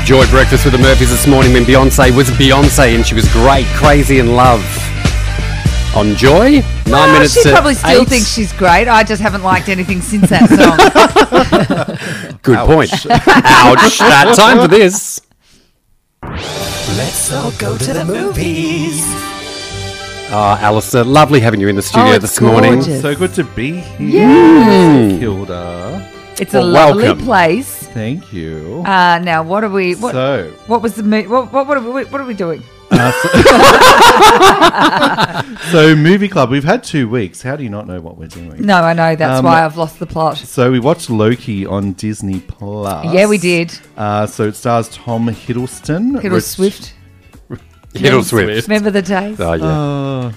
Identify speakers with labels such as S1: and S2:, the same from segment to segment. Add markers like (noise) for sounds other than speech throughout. S1: enjoyed Breakfast with the Murphys this morning when Beyonce was Beyonce and she was great, crazy in love. On Joy, nine
S2: Well,
S1: minutes
S2: she
S1: to
S2: probably still
S1: eight.
S2: thinks she's great. I just haven't liked anything since that
S1: (laughs)
S2: song.
S1: Good point.
S2: (laughs)
S1: Ouch. That time for this.
S3: Let's all go to the movies.
S1: Ah, Alistair, lovely having you in the studio
S2: Oh, it's
S1: this morning.
S2: gorgeous.
S4: So good to be here, Hilda.
S2: It's a
S1: Well,
S2: lovely
S1: welcome.
S2: place.
S4: Thank you.
S2: Uh, now, what are we? What,
S4: so,
S2: what was the? mo- What, what, what, are we, what are we doing?
S4: so movie club. We've had two weeks. How do you not know what we're doing?
S2: No, I know that's
S4: Um,
S2: why I've lost the plot.
S4: So we watched Loki on Disney Plus.
S2: Yeah, we did.
S4: Uh, so it stars Tom Hiddleston.
S2: It
S4: Ret-
S2: was Swift.
S1: Hiddle Swift.
S2: Remember the days?
S1: Oh, yeah.
S4: Uh,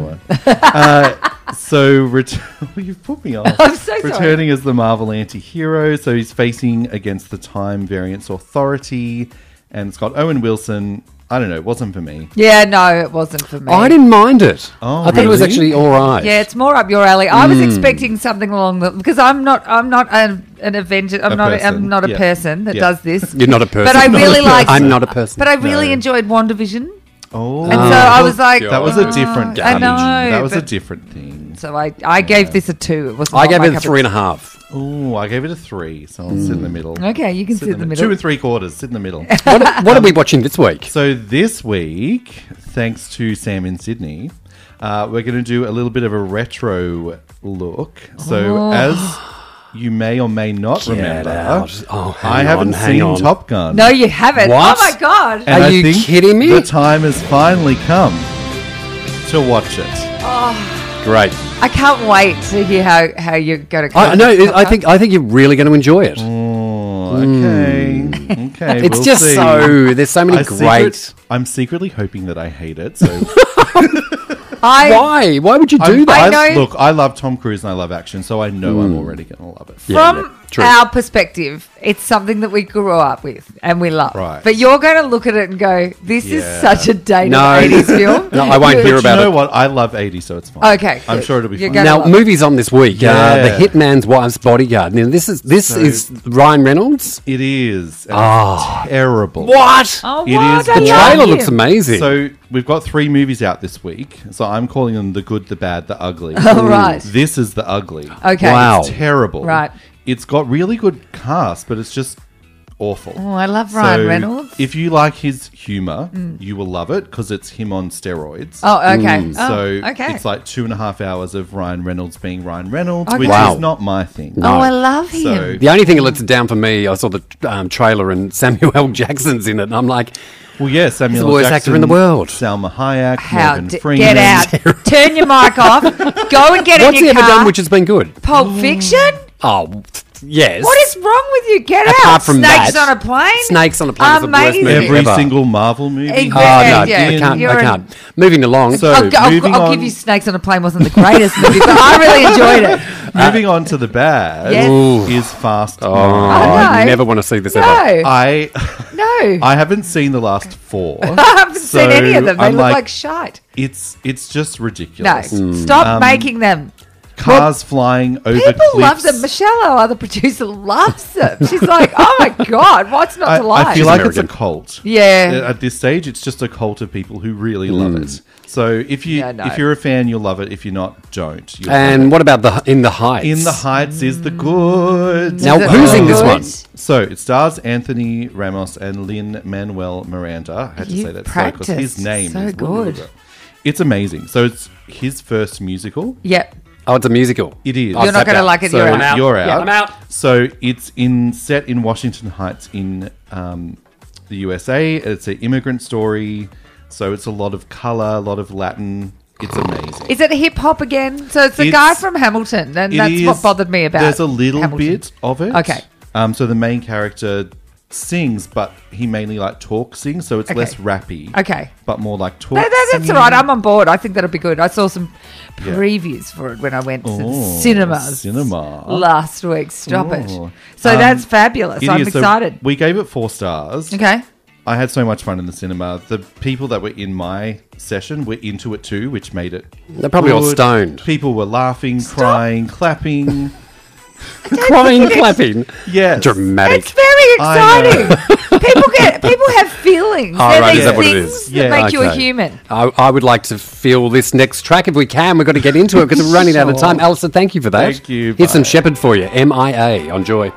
S2: (laughs)
S4: one. uh, so ret- (laughs) you put me off.
S2: I'm so sorry.
S4: Returning as the Marvel anti-hero, so he's facing against the Time Variance Authority, and it's got Owen Wilson. I don't know. It wasn't for me.
S2: Yeah, no, it wasn't for me.
S1: I didn't mind it.
S4: Oh,
S1: I thought it was
S4: really?
S1: actually all right.
S2: Oh. Yeah, it's more up your alley. I
S4: Hmm.
S2: was expecting something along the because I'm not I'm not a, an Avenger. I'm
S4: A
S2: not a, I'm
S4: person,
S2: not a
S4: yeah.
S2: person that
S4: Yeah.
S2: does
S4: (laughs)
S2: this.
S1: You're not a person. (laughs)
S2: But I really liked.
S1: I'm not a person.
S2: But I really
S4: No.
S2: enjoyed Wandavision,
S4: Oh,
S2: and so I was like,
S4: That was a
S2: "Oh,
S4: different.
S2: I
S4: damage.
S2: know.
S4: That was a
S2: but-
S4: different thing.
S2: So I, I gave this a two. It was.
S1: I
S2: not
S1: gave
S2: my
S1: it a
S2: cup of
S1: three and a half.
S4: Oh, I gave it a three, so I'll sit in the middle.
S2: Mm. Okay, you can sit in the middle.
S4: Two and three quarters. Sit in
S2: (laughs)
S4: the middle.
S1: What, what are we watching this week?
S4: so this week, thanks to Sam in Sydney, uh, we're going to do a little bit of a retro look. So
S2: Oh.
S4: as you may or may not remember,
S1: out. Oh, hang
S4: I
S1: on,
S4: haven't
S1: hang
S4: seen
S1: on.
S4: Top Gun.
S2: No, you haven't.
S1: What?
S2: Oh my god!
S4: and
S1: Are
S4: I
S1: you
S4: think
S1: kidding me?
S4: The time has finally come to watch it.
S1: Great.
S2: I can't wait to hear how, how you're going to.
S1: I no, it- I think I think you're really going to enjoy it.
S4: Oh, okay, okay.
S1: Hmm. It's
S4: we'll
S1: just
S4: see.
S1: so there's so many
S4: I
S1: great.
S4: secret- I'm secretly hoping that I
S1: (laughs)
S4: hate it. So
S2: I
S1: Why? Why would you do
S4: I'm-
S1: that?
S2: I know-
S4: Look, I love Tom Cruise and I love action, so I know I'm already going to love it.
S1: Hmm. Yeah,
S2: from
S1: yeah, true.
S2: our perspective, it's something that we grew up with and we love.
S4: Right.
S2: But you're going to look at it and go, "This is
S4: Yeah.
S2: such a dated
S1: No. (laughs)
S2: 80s film."
S1: No, I won't hear
S4: But you
S1: about
S4: know
S1: it.
S4: what? I love 80, so it's fine.
S2: Okay,
S4: I'm
S2: good.
S4: sure it'll be
S2: You're gonna-
S4: fine.
S1: Now,
S2: love
S1: movies on this week. Uh,
S4: Yeah.
S1: the Hitman's Wife's Bodyguard. Now, this is this
S4: So-
S1: is Ryan Reynolds.
S4: it is and
S1: Ah.
S4: it's terrible.
S1: What?
S2: Oh,
S4: It
S2: what?
S4: is
S2: I
S1: the
S2: love
S1: trailer
S2: you.
S1: looks amazing.
S4: So we've got three movies out this week. So I'm calling them the good, the bad,
S1: (laughs)
S4: the ugly.
S2: Oh, right.
S4: This is the ugly.
S2: Okay.
S1: Wow.
S4: It's terrible.
S2: Right.
S4: It's got really good cast, but it's just awful.
S2: Oh, I love Ryan Reynolds. Mm.
S4: If you like his humor, you will love it because it's him on steroids.
S2: Oh, okay.
S1: Mm.
S2: Oh,
S4: so
S2: okay.
S4: it's like two and a half hours of Ryan Reynolds being Ryan Reynolds,
S2: Okay.
S4: which
S1: Wow.
S4: is not my thing.
S2: oh, I love him.
S4: So
S1: the only thing that lets it down for me, I saw the um, trailer and (laughs) Samuel L. Jackson's in it, and I'm like,
S4: well, yes, Samuel
S1: He's the worst
S4: Jackson,
S1: actor in the world.
S4: Salma Hayek,
S2: How
S4: Morgan
S2: d-
S4: Freeman.
S2: get
S1: (laughs)
S2: out? Turn your mic off. Go and get
S1: what's
S2: in
S1: he
S2: your
S1: ever
S2: car.
S1: done which has been good?
S2: Pulp Fiction.
S1: Oh, yes.
S2: What is wrong with you? Get
S1: Apart
S2: out.
S1: from
S2: Snakes
S1: that,
S2: on a plane.
S1: Snakes on a Plane is the worst
S2: Amazing.
S1: movie
S4: Every
S1: ever.
S4: single Marvel movie.
S2: Ex-
S1: Oh, no,
S2: Yeah,
S1: I
S2: yeah.
S1: can't.
S2: You're Oh,
S1: I
S2: an-
S1: can't. Moving along.
S4: So-
S2: I'll, go- I'll-
S4: moving
S2: I'll give
S4: on.
S2: you Snakes on a Plane wasn't the greatest movie, but I really
S4: (laughs)
S2: enjoyed it.
S4: Moving on to the bad
S2: Yes. Ooh.
S4: is Fast.
S1: oh,
S4: Nine.
S1: I
S2: no.
S1: never want to see this ever.
S2: No,
S4: I (laughs)
S2: no. I,
S4: I haven't seen the last four.
S2: (laughs) haven't seen any of them. They
S4: I'm
S2: look like, shite.
S4: it's it's just
S2: No,
S4: ridiculous.
S2: stop
S4: Um,
S2: making them.
S4: Cars flying over
S2: People
S4: cliffs.
S2: love them. Michelle, our other producer, loves them. She's like, oh my God, what's not
S4: I,
S2: to like?
S4: I feel like
S1: American.
S4: it's a cult. Uh,
S2: Yeah.
S4: At this stage, it's just a cult of people who really love
S1: Mm.
S4: it. So if you
S2: Yeah, I know.
S4: if you're a fan, you'll love it. If you're not, don't. You'll
S1: And
S4: love
S1: what about the in the heights?
S4: it. in the heights is the good.
S1: Now,
S2: mm. Is it
S1: who's in this
S2: good?
S1: one?
S4: So it stars Anthony Ramos and Lynn Manuel Miranda. I had to
S2: You
S4: say that slow because
S2: practiced
S4: his name
S2: so
S4: is
S2: good.
S4: It's amazing. So it's his first musical.
S2: Yep.
S1: Oh, it's a musical.
S4: It is.
S1: I've
S2: You're not
S1: tapped
S2: gonna
S1: out. (laughs)
S2: like it,
S1: So-
S2: you're out.
S4: I'm out. You're out.
S1: Yeah, I'm out.
S4: So it's in set in Washington Heights in um, the USA. It's an immigrant story. So it's a lot of color, a lot of Latin. It's amazing.
S2: Is it hip hop again? So it's the
S4: It's-
S2: guy from Hamilton, and
S4: It
S2: that's
S4: is-
S2: what bothered me about.
S4: There's a little
S2: Hamilton.
S4: bit of it.
S2: Okay.
S4: Um, so the main character sings, but he mainly like talk sings, so it's
S2: Okay.
S4: less rappy.
S2: Okay.
S4: But more like talk.
S2: No, that, that's
S4: singing.
S2: all right. I'm on board. I think that'll be good. I saw some
S4: Yeah.
S2: previews for it when I went to the
S4: Oh,
S2: cinemas
S4: cinema.
S2: last week. Stop
S4: Oh.
S2: it. So
S4: Um,
S2: that's fabulous.
S4: It
S2: I'm
S4: is. So
S2: excited.
S4: we gave it four stars.
S2: okay.
S4: I had so much fun in the cinema. The people that were in my session were into it too, which made it.
S1: They're probably all
S4: good.
S1: stoned.
S4: People were laughing, crying, clapping.
S1: Crying, clapping.
S2: (laughs)
S4: Yes.
S1: Dramatic.
S2: It's very
S4: I know. (laughs) Ah,
S2: exciting. People get things.
S1: All
S2: They're
S1: right,
S2: these
S1: is that what it
S2: things
S1: is?
S2: that
S4: Yeah.
S2: make you a
S1: Okay.
S2: human.
S1: I, I would like to feel this next track if we can. We've got to get into it because we're running out of time. Alistair, thank you for that.
S4: Thank you.
S1: Here's some
S4: Bye.
S1: Shepherd for you. MIA on Joy.